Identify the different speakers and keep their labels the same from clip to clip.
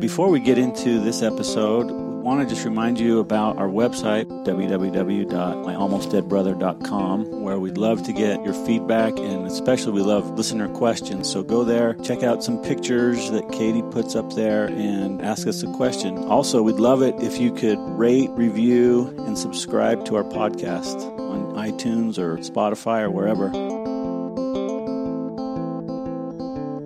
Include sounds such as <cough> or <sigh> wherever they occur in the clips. Speaker 1: Before we get into this episode, we want to just remind you about our website, www.myalmostdeadbrother.com, where we'd love to get your feedback and especially we love listener questions. So go there, check out some pictures that Katie puts up there and ask us a question. Also, we'd love it if you could rate, review, and subscribe to our podcast on iTunes or Spotify or wherever.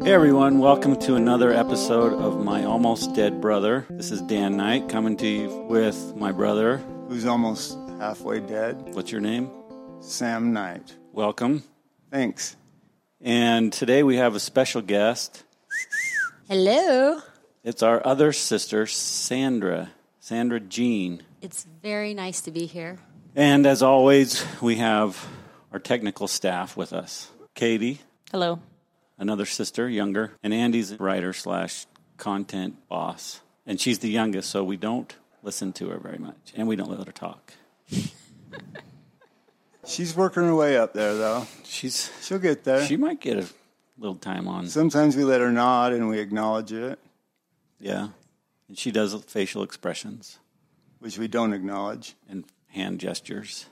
Speaker 1: Hey everyone, welcome to another episode of My Almost Dead Brother. This is Dan Knight coming to you with my brother.
Speaker 2: who's almost halfway dead,
Speaker 1: What's your name?
Speaker 2: Sam Knight.
Speaker 1: Welcome.
Speaker 2: Thanks.
Speaker 1: And today we have a special guest.
Speaker 3: Hello.
Speaker 1: It's our other sister, Sandra, Sandra Jean.
Speaker 3: It's very nice to be here.
Speaker 1: And as always, we have our technical staff with us Katie,
Speaker 3: Hello.
Speaker 1: another sister, younger, and Andy's writer slash content boss. And she's the youngest, so we don't listen to her very much, and we don't let her talk.
Speaker 2: She's working her way up there, though.
Speaker 1: She's
Speaker 2: She'll get there.
Speaker 1: She might get a little time on.
Speaker 2: Sometimes we let her nod and we acknowledge it,
Speaker 1: Yeah. And she does facial expressions
Speaker 2: which we don't acknowledge.
Speaker 1: and hand gestures.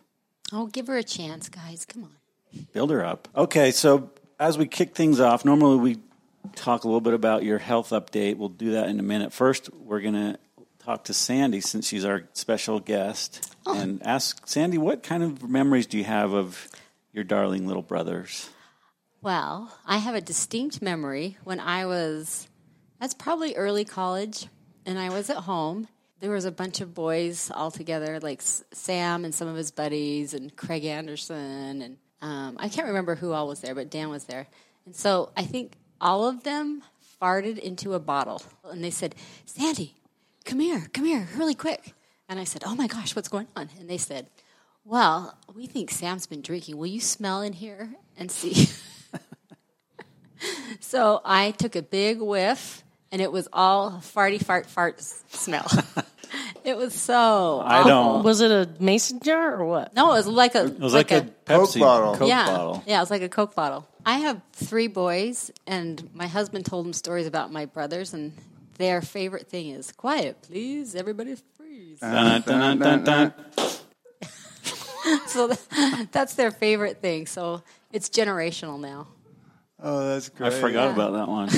Speaker 3: Oh, give her a chance, guys. Come on.
Speaker 1: Build her up. Okay, so as we kick things off, normally we talk a little bit about your health update. We'll do that in a minute. First, we're going to talk to Sandy since she's our special guest and ask Sandy what kind of memories do you have of your darling little brothers?
Speaker 3: Well, I have a distinct memory when I was, that's probably early college, and I was at home. There was a bunch of boys all together, like S- Sam and some of his buddies, and Craig Anderson, and um, I can't remember who all was there, but Dan was there. And so I think all of them farted into a bottle, and they said, "Sandy, come here, come here, really quick." And I said, "Oh my gosh, what's going on?" And they said, "Well, we think Sam's been drinking. Will you smell in here and see?" <laughs> So I took a big whiff, and it was all farty fart fart s- smell. it was so.
Speaker 1: I Oh. don't.
Speaker 4: Was it a mason jar or what?
Speaker 3: No, it was like a
Speaker 1: It was like, a, Pepsi
Speaker 2: bottle.
Speaker 1: Coke
Speaker 3: yeah
Speaker 1: bottle.
Speaker 3: yeah. It was like a Coke bottle. I have three boys, and my husband told them stories about my brothers, and their favorite thing is "Quiet, please, everybody freeze."
Speaker 1: Dun, dun, dun, dun, dun.
Speaker 3: <laughs> so <laughs> th- that's their favorite thing. So it's generational now.
Speaker 2: Oh, that's
Speaker 1: I
Speaker 2: great.
Speaker 1: forgot about that one.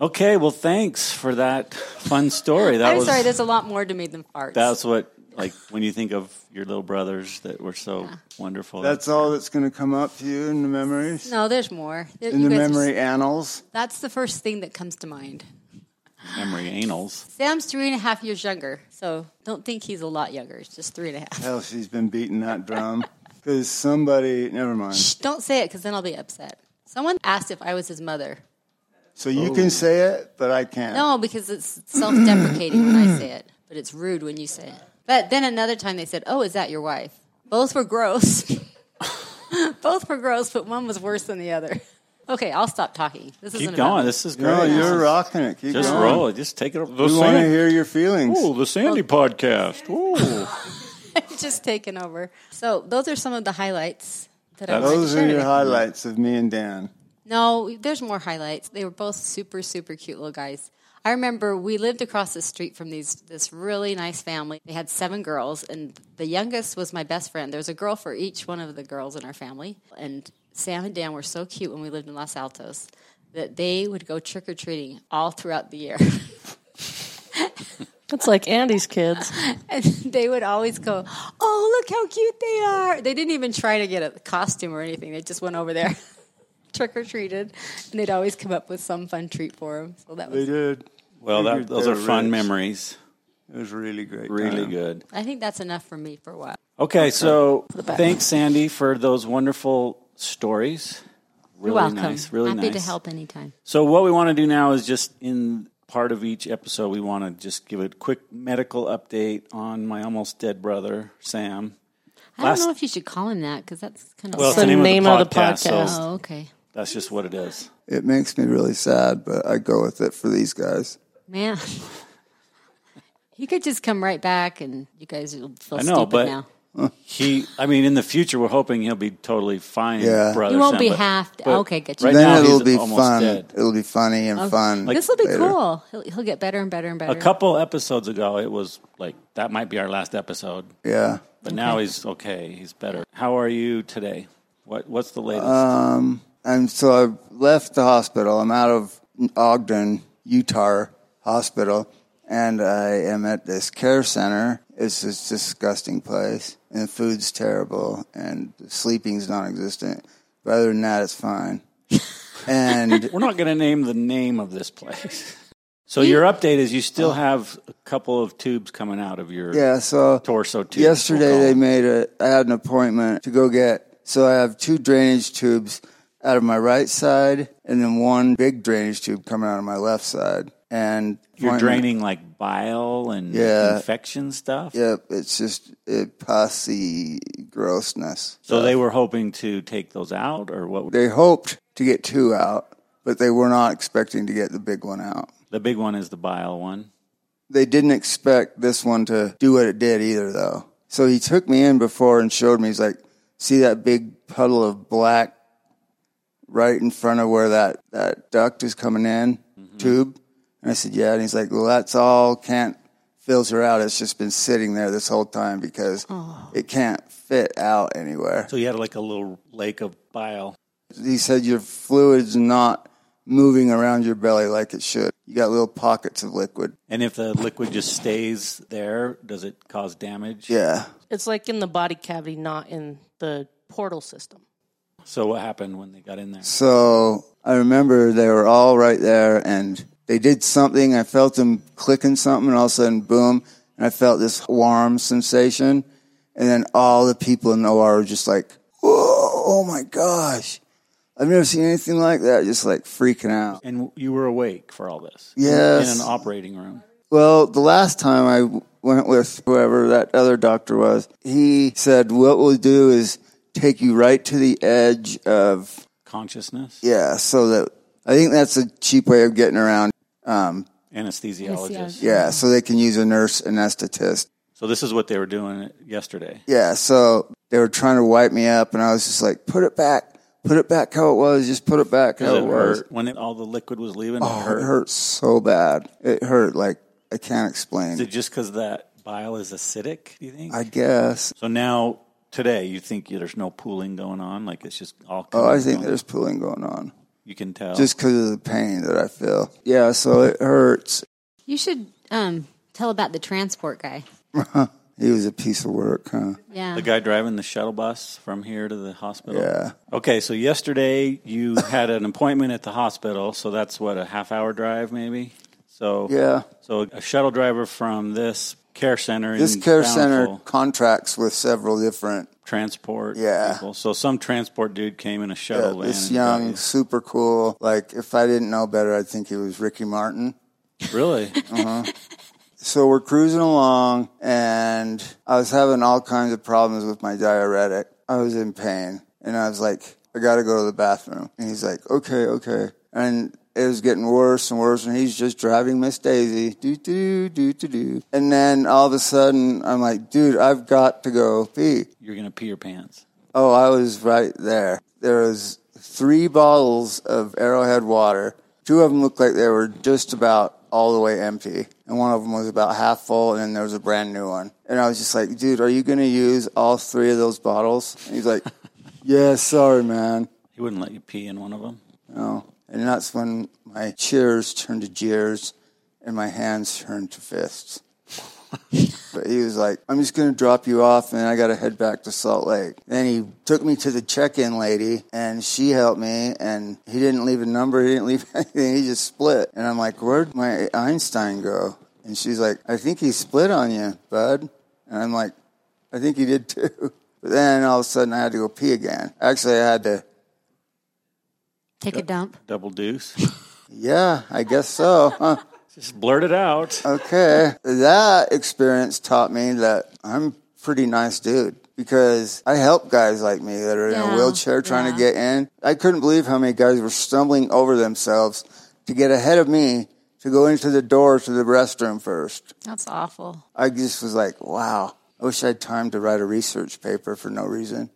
Speaker 1: Okay, well, thanks for that fun story. That
Speaker 3: I'm
Speaker 1: was
Speaker 3: sorry. There's a lot more to me than farts.
Speaker 1: that's what like when you think of your little brothers that were so wonderful.
Speaker 2: That's all that's going to come up to you in the memories,
Speaker 3: no, there's more. There-
Speaker 2: in
Speaker 3: you
Speaker 2: the
Speaker 3: guys are s-
Speaker 2: memory annals.
Speaker 3: that's the first thing that comes to mind.
Speaker 1: memory anals.
Speaker 3: Sam's three and a half years younger, so don't think he's a lot younger. It's just three and a half.
Speaker 2: Hell, she's been beating that
Speaker 3: <laughs>
Speaker 2: drum because somebody. Never mind.
Speaker 3: Shh, don't say it because then I'll be upset. Someone asked if I was his mother.
Speaker 2: So you
Speaker 1: Oh.
Speaker 2: can say it, but I can't.
Speaker 3: No, because it's self deprecating when I say it, but it's rude when you say it. But then another time they said, Oh, is that your wife? Both were gross. <laughs> Both were gross, but one was worse than the other. Okay, I'll stop talking. This
Speaker 1: Keep
Speaker 3: isn't
Speaker 1: going.
Speaker 3: About
Speaker 1: This is great.
Speaker 2: No, you're rocking it. Keep
Speaker 1: Just
Speaker 2: going.
Speaker 1: roll it. Just take it. up.
Speaker 2: We want to hear your feelings.
Speaker 1: the Sandy
Speaker 3: Oh.
Speaker 1: podcast. Ooh.
Speaker 3: I've <laughs> just taken over. So those are some of the highlights that I wanted to
Speaker 2: Those
Speaker 3: share
Speaker 2: are your
Speaker 3: today.
Speaker 2: highlights of me and Dan.
Speaker 3: No, there's more highlights. They were both super, super cute little guys. I remember we lived across the street from these this really nice family. They had seven girls, and the youngest was my best friend. There was a girl for each one of the girls in our family. And Sam and Dan were so cute when we lived in Los Altos that they would go trick or treating all throughout the year. <laughs>
Speaker 4: It's like Andy's kids.
Speaker 3: and <laughs> they would always go, "Oh, look how cute they are!" They didn't even try to get a costume or anything. They just went over there, <laughs> trick or treated, and they'd always come up with some fun treat for them. So that
Speaker 2: They
Speaker 3: was.
Speaker 2: did.
Speaker 1: Well, that, those are
Speaker 2: They're
Speaker 1: fun
Speaker 2: rich.
Speaker 1: memories.
Speaker 2: It was really great.
Speaker 1: Really
Speaker 2: time.
Speaker 1: good.
Speaker 3: I think that's enough for me for a while.
Speaker 1: Okay, so
Speaker 4: back.
Speaker 1: thanks, Sandy, for those wonderful stories. Really
Speaker 3: You're welcome.
Speaker 1: nice. Really
Speaker 3: Happy to
Speaker 1: nice.
Speaker 3: help anytime.
Speaker 1: So what we want to do now is just in part of each episode, we want to just give a quick medical update on my almost dead brother Sam.
Speaker 3: I
Speaker 1: Last-
Speaker 3: don't know if you should call him that because that's kind of.
Speaker 1: Well, it's
Speaker 4: the
Speaker 1: the name,
Speaker 4: name
Speaker 1: of,
Speaker 4: of
Speaker 1: the
Speaker 4: the
Speaker 1: podcast,
Speaker 4: podcast.
Speaker 1: So
Speaker 3: oh, okay.
Speaker 1: that's just what it is.
Speaker 2: It makes me really sad, but I go with it for these guys.
Speaker 3: Man, <laughs> he could just come right back, and you guys will feel
Speaker 1: I know,
Speaker 3: stupid
Speaker 1: but
Speaker 3: now.
Speaker 1: He, I mean, in the future, we're hoping he'll be totally fine.
Speaker 2: Yeah.
Speaker 1: brother
Speaker 3: He won't
Speaker 1: son,
Speaker 3: be
Speaker 1: but-
Speaker 3: half-
Speaker 1: but
Speaker 3: okay, good.
Speaker 1: Right
Speaker 2: then
Speaker 1: now,
Speaker 2: it'll
Speaker 1: he's
Speaker 2: be
Speaker 1: almost
Speaker 2: fun.
Speaker 1: dead.
Speaker 2: It'll be funny and fun.
Speaker 3: this will be
Speaker 2: later.
Speaker 3: cool. He'll, he'll get better and better and better.
Speaker 1: A couple episodes ago, it was like that might be our last episode,
Speaker 2: Yeah.
Speaker 1: but now he's okay. He's better. How are you today? What What's the latest?
Speaker 2: And so I left the hospital. I'm out of Ogden, Utah hospital, and I am at this care center. It's this disgusting place, and the food's terrible, and the sleeping's non existent. But other than that,
Speaker 1: <laughs>
Speaker 2: it's fine. and
Speaker 1: we're not going to name the name of this
Speaker 2: <laughs>
Speaker 1: place. So your update is you still have a couple of tubes coming out of your
Speaker 2: Oh. yeah, so
Speaker 1: torso tubes. we'll
Speaker 2: Yesterday
Speaker 1: call
Speaker 2: they
Speaker 1: them.
Speaker 2: made a. I had an appointment to go get. So I have two drainage tubes out of my right side, and then one big drainage tube coming out of my left side. And
Speaker 1: you're
Speaker 2: appointment-
Speaker 1: draining like bile and
Speaker 2: Yeah.
Speaker 1: infection stuff.
Speaker 2: Yep, it's just it pussy grossness.
Speaker 1: So they were hoping to take those out, or what?
Speaker 2: They hoped to get two out, but they were not expecting to get the big one out.
Speaker 1: The big one is the bile one.
Speaker 2: They didn't expect this one to do what it did either, though. So he took me in before and showed me. He's like, "See that big puddle of black right in front of where that that duct is coming in tube?" And I said, "Yeah." And he's like, "Well, that's all can't filter out. It's just been sitting there this whole time because it can't fit out anywhere."
Speaker 1: So you had like a little lake of bile.
Speaker 2: He said, "Your fluid's not moving around your belly like it should. You got little pockets of liquid."
Speaker 1: And if the liquid just stays there, does it cause damage?
Speaker 2: Yeah.
Speaker 4: It's like in the body cavity, not in the portal system.
Speaker 1: So what happened when they got in there?
Speaker 2: So I remember they were all right there and they did something. I felt them clicking something and all of a sudden, boom. And I felt this warm sensation. And then all the people in the OR were just like, whoa, oh my gosh. I've never seen anything like that. Just like freaking out.
Speaker 1: And you were awake for all this.
Speaker 2: Yes.
Speaker 1: In an operating room.
Speaker 2: Well, the last time I w- went with whoever that other doctor was, he said, what we'll do is take you right to the edge of
Speaker 1: Consciousness.
Speaker 2: Yeah, so that I think that's a cheap way of getting around. Um,
Speaker 1: Anesthesiologist.
Speaker 2: yeah, so they can use a nurse anesthetist.
Speaker 1: So this is what they were doing yesterday.
Speaker 2: Yeah, so they were trying to wipe me up, and I was just like, "Put it back, put it back how it was, just put it back how
Speaker 1: Does
Speaker 2: it,
Speaker 1: it
Speaker 2: was."
Speaker 1: hurt when it, all the liquid was leaving? it
Speaker 2: Oh,
Speaker 1: hurt.
Speaker 2: it hurt so bad. It hurt like I can't explain.
Speaker 1: Is it just because that bile is acidic? Do you think?
Speaker 2: I guess.
Speaker 1: so now today you think there's no pooling going on, like it's just all.
Speaker 2: Oh, I
Speaker 1: coming
Speaker 2: think
Speaker 1: out?
Speaker 2: there's pooling going on
Speaker 1: You can tell.
Speaker 2: just because of the pain that I feel. Yeah, so it hurts.
Speaker 3: you should um, tell about the transport guy.
Speaker 2: He was a piece of work, huh?
Speaker 3: Yeah.
Speaker 1: the guy driving the shuttle bus from here to the hospital.
Speaker 2: Yeah.
Speaker 1: Okay, so yesterday
Speaker 2: <laughs>
Speaker 1: you had an appointment at the hospital, so that's what a half hour drive maybe. So
Speaker 2: Yeah.
Speaker 1: So a shuttle driver from this care center.
Speaker 2: This
Speaker 1: in
Speaker 2: care center
Speaker 1: Bountiful
Speaker 2: contracts with several different
Speaker 1: transport.
Speaker 2: Yeah.
Speaker 1: People. So some transport dude came in a
Speaker 2: Yeah,
Speaker 1: shuttle.
Speaker 2: this
Speaker 1: in and
Speaker 2: young, super cool. Like, if I didn't know better, I'd think he was Ricky Martin.
Speaker 1: Really?
Speaker 2: <laughs> Oh. So we're cruising along, and I was having all kinds of problems with my diuretic. I was in pain, and I was like, I gotta go to the bathroom. And he's like, okay, okay. And it was getting worse and worse, and he's just driving Miss Daisy. Do, do, do, do, do. And then all of a sudden, I'm like, dude, I've got to go pee.
Speaker 1: You're gonna pee your pants.
Speaker 2: Oh, I was right there. There was three bottles of Arrowhead water. Two of them looked like they were just about all the way empty, and one of them was about half full, and then there was a brand new one. And I was just like, "Dude, are you going to use all three of those bottles?" And he's like, <laughs> "Yeah, sorry, man."
Speaker 1: He wouldn't let you pee in one of them.
Speaker 2: No. And that's when my cheers turned to jeers and my hands turned to fists. but he was like, I'm just going to drop you off and I got to head back to Salt Lake. Then he took me to the check in lady and she helped me and he didn't leave a number. He didn't leave <laughs> anything. He just split. And I'm like, where'd my Einstein go? And she's like, I think he split on you, bud. And I'm like, I think he did too. <laughs> But then all of a sudden I had to go pee again. Actually, I had to
Speaker 3: Take a dump.
Speaker 1: Double deuce.
Speaker 2: Yeah, I guess so. <laughs> Huh.
Speaker 1: Just blurt it out.
Speaker 2: Uh. Okay. That experience taught me that I'm a pretty nice dude because I help guys like me that are in a
Speaker 3: Yeah,
Speaker 2: wheelchair trying to
Speaker 3: yeah.
Speaker 2: get in. I couldn't believe how many guys were stumbling over themselves to get ahead of me to go into the door to the restroom first.
Speaker 3: That's awful.
Speaker 2: I just was like, wow. I wish I had time to write a research paper for no
Speaker 3: <laughs>
Speaker 2: reason.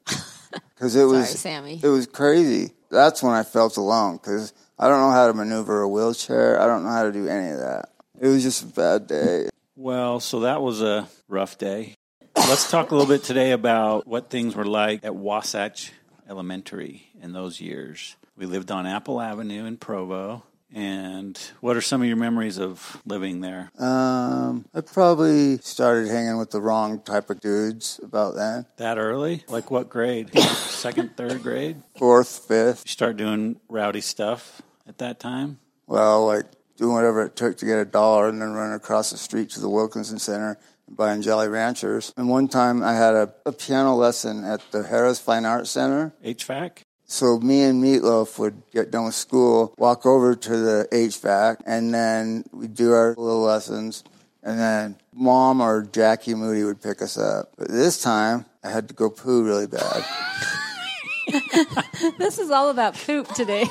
Speaker 2: Because it was
Speaker 3: Sorry, Sammy.
Speaker 2: It was crazy. That's when I felt alone because I don't know how to maneuver a wheelchair. I don't know how to do any of that. It was just a bad day.
Speaker 1: Well, so that was a rough day. Let's talk a little bit today about what things were like at Wasatch Elementary in those years. We lived on Apple Avenue in Provo. And what are some of your memories of living there?
Speaker 2: Um, I probably started hanging with the wrong type of dudes about then.
Speaker 1: That early? Like what grade? Second, third grade?
Speaker 2: Fourth, fifth.
Speaker 1: You start doing rowdy stuff at that time?
Speaker 2: Well, like doing whatever it took to get a dollar and then running across the street to the Wilkinson Center and buying Jolly Ranchers. And one time I had a, a piano lesson at the Harris Fine Arts Center.
Speaker 1: HVAC?
Speaker 2: So me and Meatloaf would get done with school, walk over to the HVAC, and then we'd do our little lessons. And then mom or Jackie Moody would pick us up. But this time I had to go poo really bad.
Speaker 3: This is all about poop today.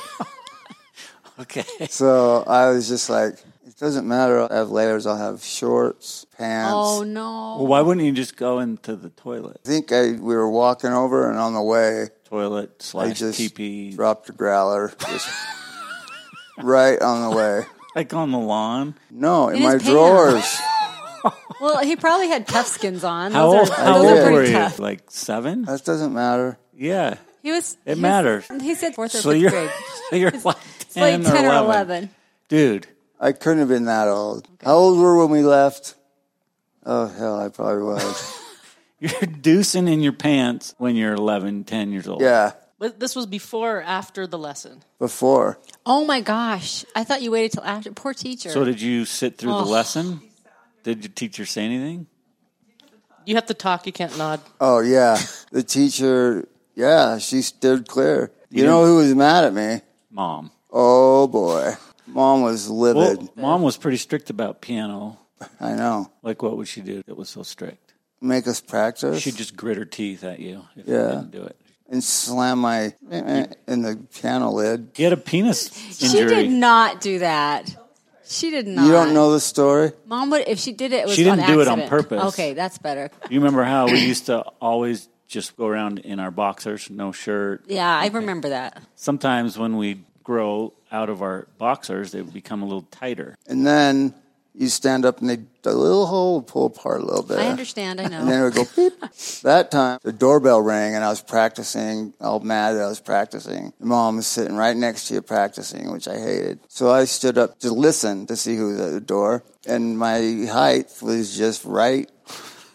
Speaker 1: Okay.
Speaker 2: so I was just like, it doesn't matter. I have layers. I'll have shorts, pants.
Speaker 3: <laughs> oh no!
Speaker 1: <laughs> Well, why wouldn't you just go into the toilet?
Speaker 2: I think I, we were walking over, and on the way,
Speaker 1: Toilet
Speaker 2: I
Speaker 1: slash
Speaker 2: just
Speaker 1: teepee,
Speaker 2: dropped a growler just right on the way.
Speaker 1: like on the lawn.
Speaker 2: No, in,
Speaker 3: In his
Speaker 2: my
Speaker 3: pants.
Speaker 2: drawers.
Speaker 3: Well, he probably had tough skins on.
Speaker 1: How old,
Speaker 3: those Are,
Speaker 1: how
Speaker 3: those
Speaker 1: old
Speaker 3: are
Speaker 1: were
Speaker 3: pretty
Speaker 1: you?
Speaker 3: tough.
Speaker 1: Like seven?
Speaker 2: That doesn't matter.
Speaker 1: Yeah.
Speaker 3: He was.
Speaker 1: It
Speaker 3: he was-
Speaker 1: matters.
Speaker 3: he said fourth or
Speaker 1: So
Speaker 3: fifth
Speaker 1: you're, <laughs>
Speaker 3: grade.
Speaker 1: so you're like 10,
Speaker 3: Like ten
Speaker 1: or,
Speaker 3: or
Speaker 1: 11.
Speaker 3: eleven.
Speaker 1: Dude,
Speaker 2: I couldn't have been that old. How old were we when we left? Oh hell, I probably
Speaker 3: <laughs>
Speaker 2: was.
Speaker 1: you're <laughs> deucing in your pants when you're 11, 10 years old.
Speaker 2: yeah,
Speaker 4: But this was before or after the lesson.
Speaker 2: before.
Speaker 3: Oh my gosh! I thought you waited till after. Poor teacher.
Speaker 1: So did you sit through the lesson? Did your teacher say anything?
Speaker 4: You have to talk, you can't nod.
Speaker 2: Oh yeah, the teacher. Yeah, she stood clear. You know who was mad at me?
Speaker 1: Mom.
Speaker 2: Oh boy, mom was livid.
Speaker 1: Well, mom was pretty strict about piano.
Speaker 2: I know.
Speaker 1: Like, what would she do that was so strict?
Speaker 2: Make us practice
Speaker 1: She'd just grit her teeth at you if you
Speaker 2: Yeah.
Speaker 1: didn't do it.
Speaker 2: and slam my eh, in the piano lid.
Speaker 1: He had a penis
Speaker 3: she
Speaker 1: injury.
Speaker 3: did not do that. She did not.
Speaker 2: You don't know the story?
Speaker 3: Mom would if she did it. it was
Speaker 1: She didn't
Speaker 3: on
Speaker 1: do it on
Speaker 3: accident.
Speaker 1: purpose.
Speaker 3: Okay, that's better.
Speaker 1: You remember how we used to always just go around in our boxers, no shirt,
Speaker 3: Yeah, I remember that.
Speaker 1: sometimes when we grow out of our boxers, they become a little tighter.
Speaker 2: And then you stand up and they the little hole would pull apart a little bit.
Speaker 3: I understand.
Speaker 1: <laughs>
Speaker 3: I know.
Speaker 2: And then it would go beep. That time the doorbell rang and I was practicing, all mad that I was practicing. Mom was sitting right next to you practicing, which I hated. So I stood up to listen to see who was at the door. And my height was just right.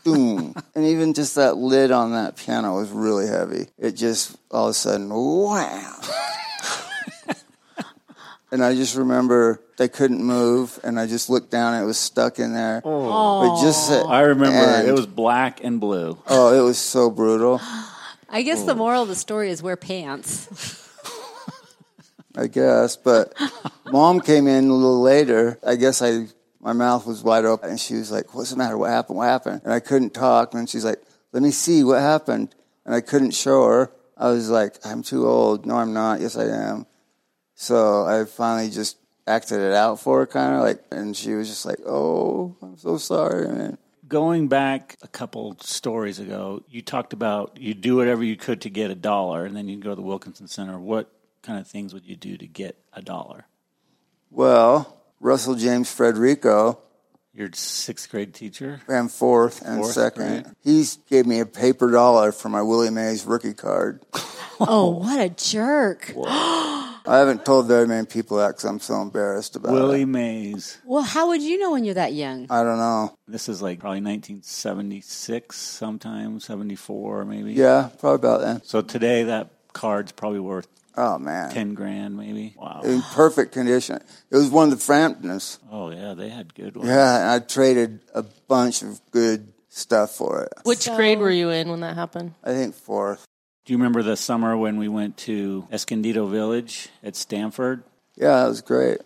Speaker 2: Boom. <laughs> and even just that lid on that piano was really heavy. It just all of a sudden, wow. <laughs> And I just remember I couldn't move, and I just looked down. and It was stuck in there. Oh, but just
Speaker 1: I remember
Speaker 2: and-
Speaker 1: it was black and blue.
Speaker 2: Oh, it was so brutal.
Speaker 3: I guess the moral of the story is wear pants.
Speaker 2: I guess, but mom came in a little later. I guess I my mouth was wide open, and she was like, "What's the matter? What happened? What happened?" And I couldn't talk. And she's like, "Let me see what happened." And I couldn't show her. I was like, "I'm too old." No, I'm not. Yes, I am. So I finally just acted it out for her, kind of like, and she was just like, "Oh, I'm so sorry, man."
Speaker 1: Going back a couple stories ago, you talked about you do whatever you could to get a dollar, and then you'd go to the Wilkinson Center. What kind of things would you do to get a dollar?
Speaker 2: Well, Russell James Frederico
Speaker 1: Your sixth grade teacher?
Speaker 2: ran fourth and
Speaker 1: Fourth,
Speaker 2: second.
Speaker 1: right.
Speaker 2: He gave me a paper dollar for my Willie Mays rookie card.
Speaker 3: Oh, what a jerk!
Speaker 2: I haven't told very many people that because I'm so embarrassed about
Speaker 1: Willie
Speaker 2: it.
Speaker 1: Mays.
Speaker 3: Well, how would you know when you're that young?
Speaker 2: I don't know.
Speaker 1: This is like probably 1976, sometime, 74 maybe.
Speaker 2: Yeah, probably about that.
Speaker 1: So today that card's probably worth
Speaker 2: Oh man,
Speaker 1: 10 grand maybe. Wow.
Speaker 2: in perfect condition. It was one of the Framptons.
Speaker 1: Oh, yeah, they had good ones.
Speaker 2: Yeah, and I traded a bunch of good stuff for it.
Speaker 4: Which grade were you in when that happened?
Speaker 2: I think fourth.
Speaker 1: Do you remember the summer when we went to Escondido Village at Stanford?
Speaker 2: Yeah, that was great.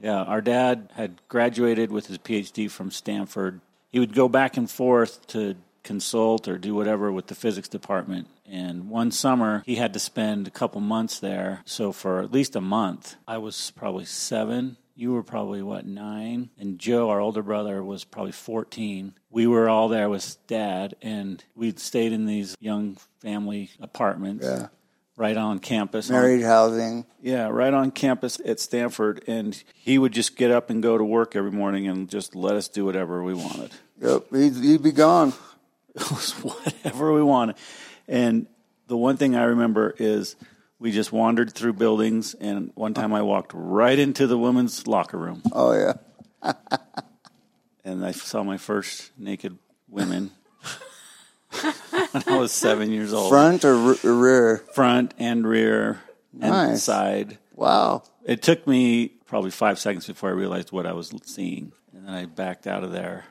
Speaker 1: Yeah, our dad had graduated with his PhD from Stanford. He would go back and forth to consult or do whatever with the physics department. And one summer, he had to spend a couple months there. So, for at least a month, I was probably seven You were probably, what, nine? And Joe, our older brother, was probably 14. We were all there with dad, and we'd stayed in these young family apartments
Speaker 2: Yeah.
Speaker 1: right on campus. on-
Speaker 2: Married housing.
Speaker 1: yeah, right on campus at Stanford. And he would just get up and go to work every morning and just let us do whatever we <laughs> wanted.
Speaker 2: Yep, he'd, he'd be gone.
Speaker 1: It was whatever we wanted. And the one thing I remember is we just wandered through buildings. And one time I walked right into the women's locker room
Speaker 2: Oh yeah,
Speaker 1: and I saw my first naked women <laughs> when I was seven years old.
Speaker 2: front or, re- or rear?
Speaker 1: Front and rear and
Speaker 2: Nice.
Speaker 1: side.
Speaker 2: Wow.
Speaker 1: It took me probably five seconds before I realized what I was seeing. And then I backed out of there.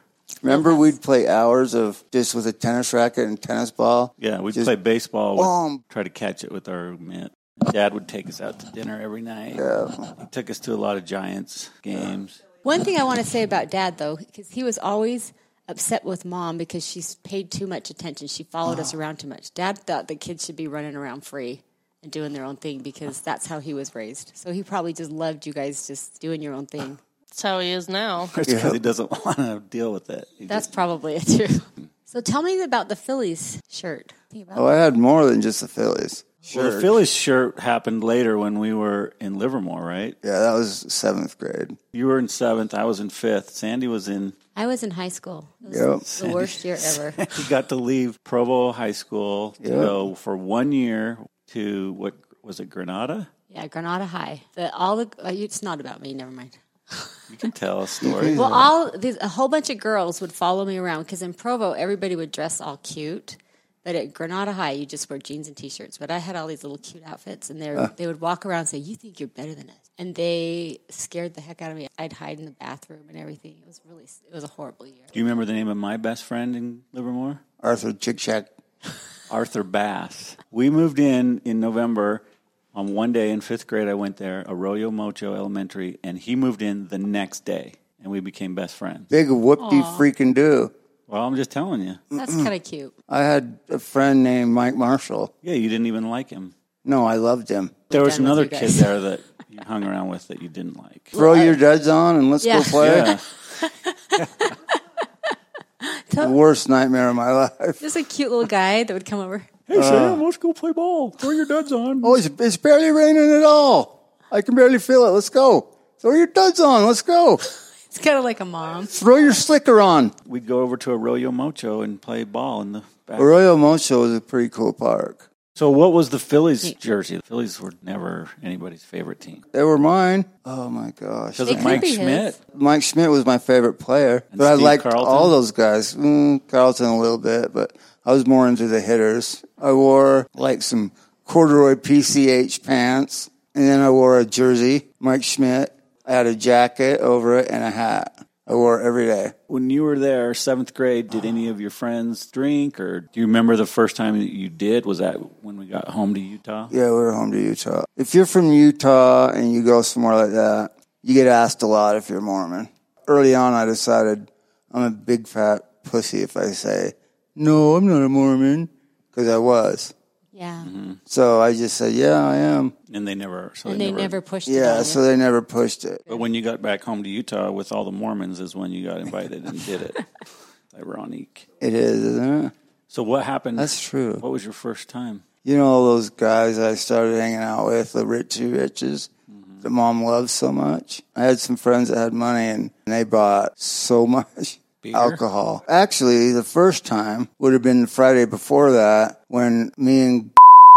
Speaker 2: Remember, we'd play hours of just with a tennis racket and tennis ball.
Speaker 1: Yeah, we'd
Speaker 2: Just-
Speaker 1: play baseball, with,
Speaker 2: Boom.
Speaker 1: try to catch it with our mitt. Dad would take us out to dinner every night.
Speaker 2: Yeah.
Speaker 1: He took us to a lot of Giants
Speaker 2: <laughs>
Speaker 1: games.
Speaker 3: One thing I want to say about dad, though, because he was always upset with mom because she's paid too much attention. She followed us around too much. Dad thought the kids should be running around free and doing their own thing because that's how he was raised. So he probably just loved you guys just doing your own thing.
Speaker 4: That's how he is now.
Speaker 1: Because he doesn't <laughs> want to deal with it. He
Speaker 3: That's probably it, too. So tell me about the Phillies shirt. Think about
Speaker 2: Oh, I had more than just the Phillies. Sure.
Speaker 1: Well, the Phillies shirt happened later when we were in Livermore, right?
Speaker 2: yeah, that was seventh grade.
Speaker 1: You were in seventh, I was in fifth. Sandy was in. <laughs>
Speaker 3: I was in high school. It was
Speaker 2: Yep.
Speaker 3: the worst year ever.
Speaker 1: He got to leave Provo High School to go for one year to what was it, Granada?
Speaker 3: Yeah, Granada High. The, all the, uh, it's not about me. Never mind.
Speaker 1: You can tell a
Speaker 2: <laughs>
Speaker 1: story.
Speaker 3: Well, all these, a whole bunch of girls would follow me around because in Provo, everybody would dress all cute. But at Granada High, you just wear jeans and t-shirts. But I had all these little cute outfits, and they were they would walk around and say, "You think you're better than us," and they scared the heck out of me. I'd hide in the bathroom and everything. It was really it was a horrible year.
Speaker 1: Do you remember the name of my best friend in Livermore?
Speaker 2: Arthur Chickchack.
Speaker 1: Arthur Bass. We moved in in November. On one day in fifth grade, I went there, Arroyo Mocho Elementary, and he moved in the next day, and we became best friends.
Speaker 2: Big whoopty freaking do.
Speaker 1: Well, I'm just telling you.
Speaker 3: That's kind of cute.
Speaker 2: I had a friend named Mike Marshall.
Speaker 1: Yeah, you didn't even like him.
Speaker 2: No, I loved him.
Speaker 1: There was
Speaker 3: done with
Speaker 1: another
Speaker 3: you
Speaker 1: kid
Speaker 3: guys.
Speaker 1: there that you hung around with that you didn't like.
Speaker 2: Throw your duds on and let's
Speaker 3: Yeah.
Speaker 2: go play.
Speaker 1: Yeah.
Speaker 2: The worst nightmare of my life.
Speaker 3: Just a cute little guy that would come over.
Speaker 1: Hey, Sam, let's go play ball. Throw your duds on.
Speaker 2: <laughs> Oh, it's, it's barely raining at all. I can barely feel it. Let's go. Throw your duds on. Let's go.
Speaker 3: It's kind of like a mom.
Speaker 2: Throw your slicker on.
Speaker 1: We'd go over to Arroyo Mocho and play ball in the back.
Speaker 2: Arroyo Mocho is a pretty cool park.
Speaker 1: So, what was the Phillies jersey? The Phillies were never anybody's favorite team
Speaker 2: They were mine. Oh my gosh.
Speaker 1: because
Speaker 3: They
Speaker 1: of
Speaker 3: could
Speaker 1: Mike
Speaker 3: be his.
Speaker 1: Schmidt.
Speaker 2: Mike Schmidt was my favorite player, but I
Speaker 1: Steve
Speaker 2: liked
Speaker 1: Carlton?
Speaker 2: all those guys. Mm, Carlton a little bit, but I was more into the hitters. I wore like some corduroy PCH pants, and then I wore a jersey, Mike Schmidt. I had a jacket over it and a hat. I wore it every day.
Speaker 1: When you were there, seventh grade, did any of your friends drink, or do you remember the first time that you did? Was that when we got home to Utah?
Speaker 2: Yeah, we were home to Utah. If you're from Utah and you go somewhere like that, you get asked a lot if you're Mormon. Early on, I decided I'm a big fat pussy if I say, no, I'm not a Mormon, because I was.
Speaker 3: Yeah,
Speaker 2: So I just said, yeah, I am.
Speaker 1: And they never. So
Speaker 3: and they never pushed. it on
Speaker 2: Yeah,
Speaker 3: you.
Speaker 2: so they never pushed it.
Speaker 1: But when you got back home to Utah with all the Mormons, is when you got invited and did
Speaker 3: <laughs>
Speaker 1: it. Ironic.
Speaker 2: It is, isn't it?
Speaker 1: So what happened?
Speaker 2: That's true.
Speaker 1: What was your first time?
Speaker 2: You know, all those guys I started hanging out with, the richy riches that mom loved so much. I had some friends that had money and they bought so <laughs> much
Speaker 1: Beer?
Speaker 2: alcohol. Actually, the first time would have been the Friday before that when me and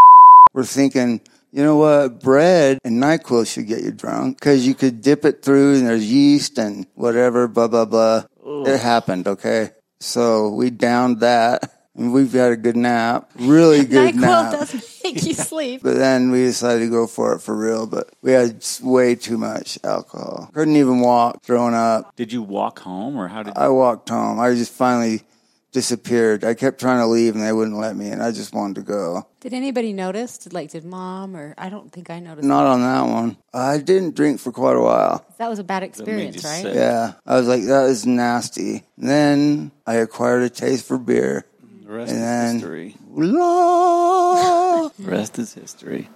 Speaker 2: <laughs> were thinking, you know what, bread and NyQuil should get you drunk because you could dip it through and there's yeast and whatever, blah, blah, blah. It happened, okay? So we downed that. <laughs> And we've had a good nap,
Speaker 3: <laughs>
Speaker 2: really good
Speaker 3: NyQuil
Speaker 2: nap.
Speaker 3: does <laughs> make you sleep.
Speaker 2: But then we decided to go for it for real. But we had s- way too much alcohol. Couldn't even walk, throwing up.
Speaker 1: Did you walk home, or how did?
Speaker 2: I walked home. I just finally disappeared. I kept trying to leave and they wouldn't let me. And I just wanted to go.
Speaker 3: Did anybody notice? Did, like, did mom or I don't think I noticed.
Speaker 2: Not on that one. I didn't drink for quite a while.
Speaker 3: That was a bad
Speaker 1: made you
Speaker 3: experience, right?
Speaker 1: sick.
Speaker 2: Yeah. I was like, that is nasty. And then I acquired a taste for beer. <laughs>
Speaker 1: The rest
Speaker 2: And
Speaker 1: is
Speaker 2: then-
Speaker 1: history.
Speaker 2: La-
Speaker 1: The rest is history.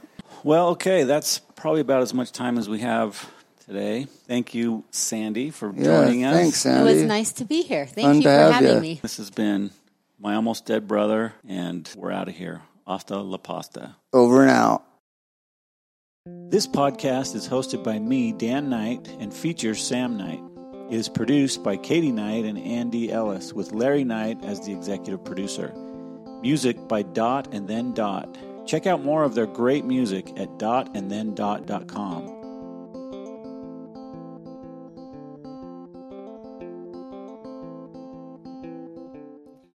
Speaker 1: Well, okay, that's probably about as much time as we have today. Thank you, Sandy, for
Speaker 2: Yeah,
Speaker 1: joining us.
Speaker 2: thanks,
Speaker 3: It
Speaker 2: Andy.
Speaker 3: was nice to be here. Thank
Speaker 2: Fun
Speaker 3: you
Speaker 2: to
Speaker 3: for
Speaker 2: have
Speaker 3: having
Speaker 2: ya.
Speaker 3: me.
Speaker 1: This has been my almost dead brother, and we're out of here. Hasta la pasta.
Speaker 2: Over and out.
Speaker 1: This podcast is hosted by me, Dan Knight, and features Sam Knight. It is produced by Katie Knight and Andy Ellis, with Larry Knight as the executive producer. Music by Dot and Then Dot. Check out more of their great music at dotandthendot.com.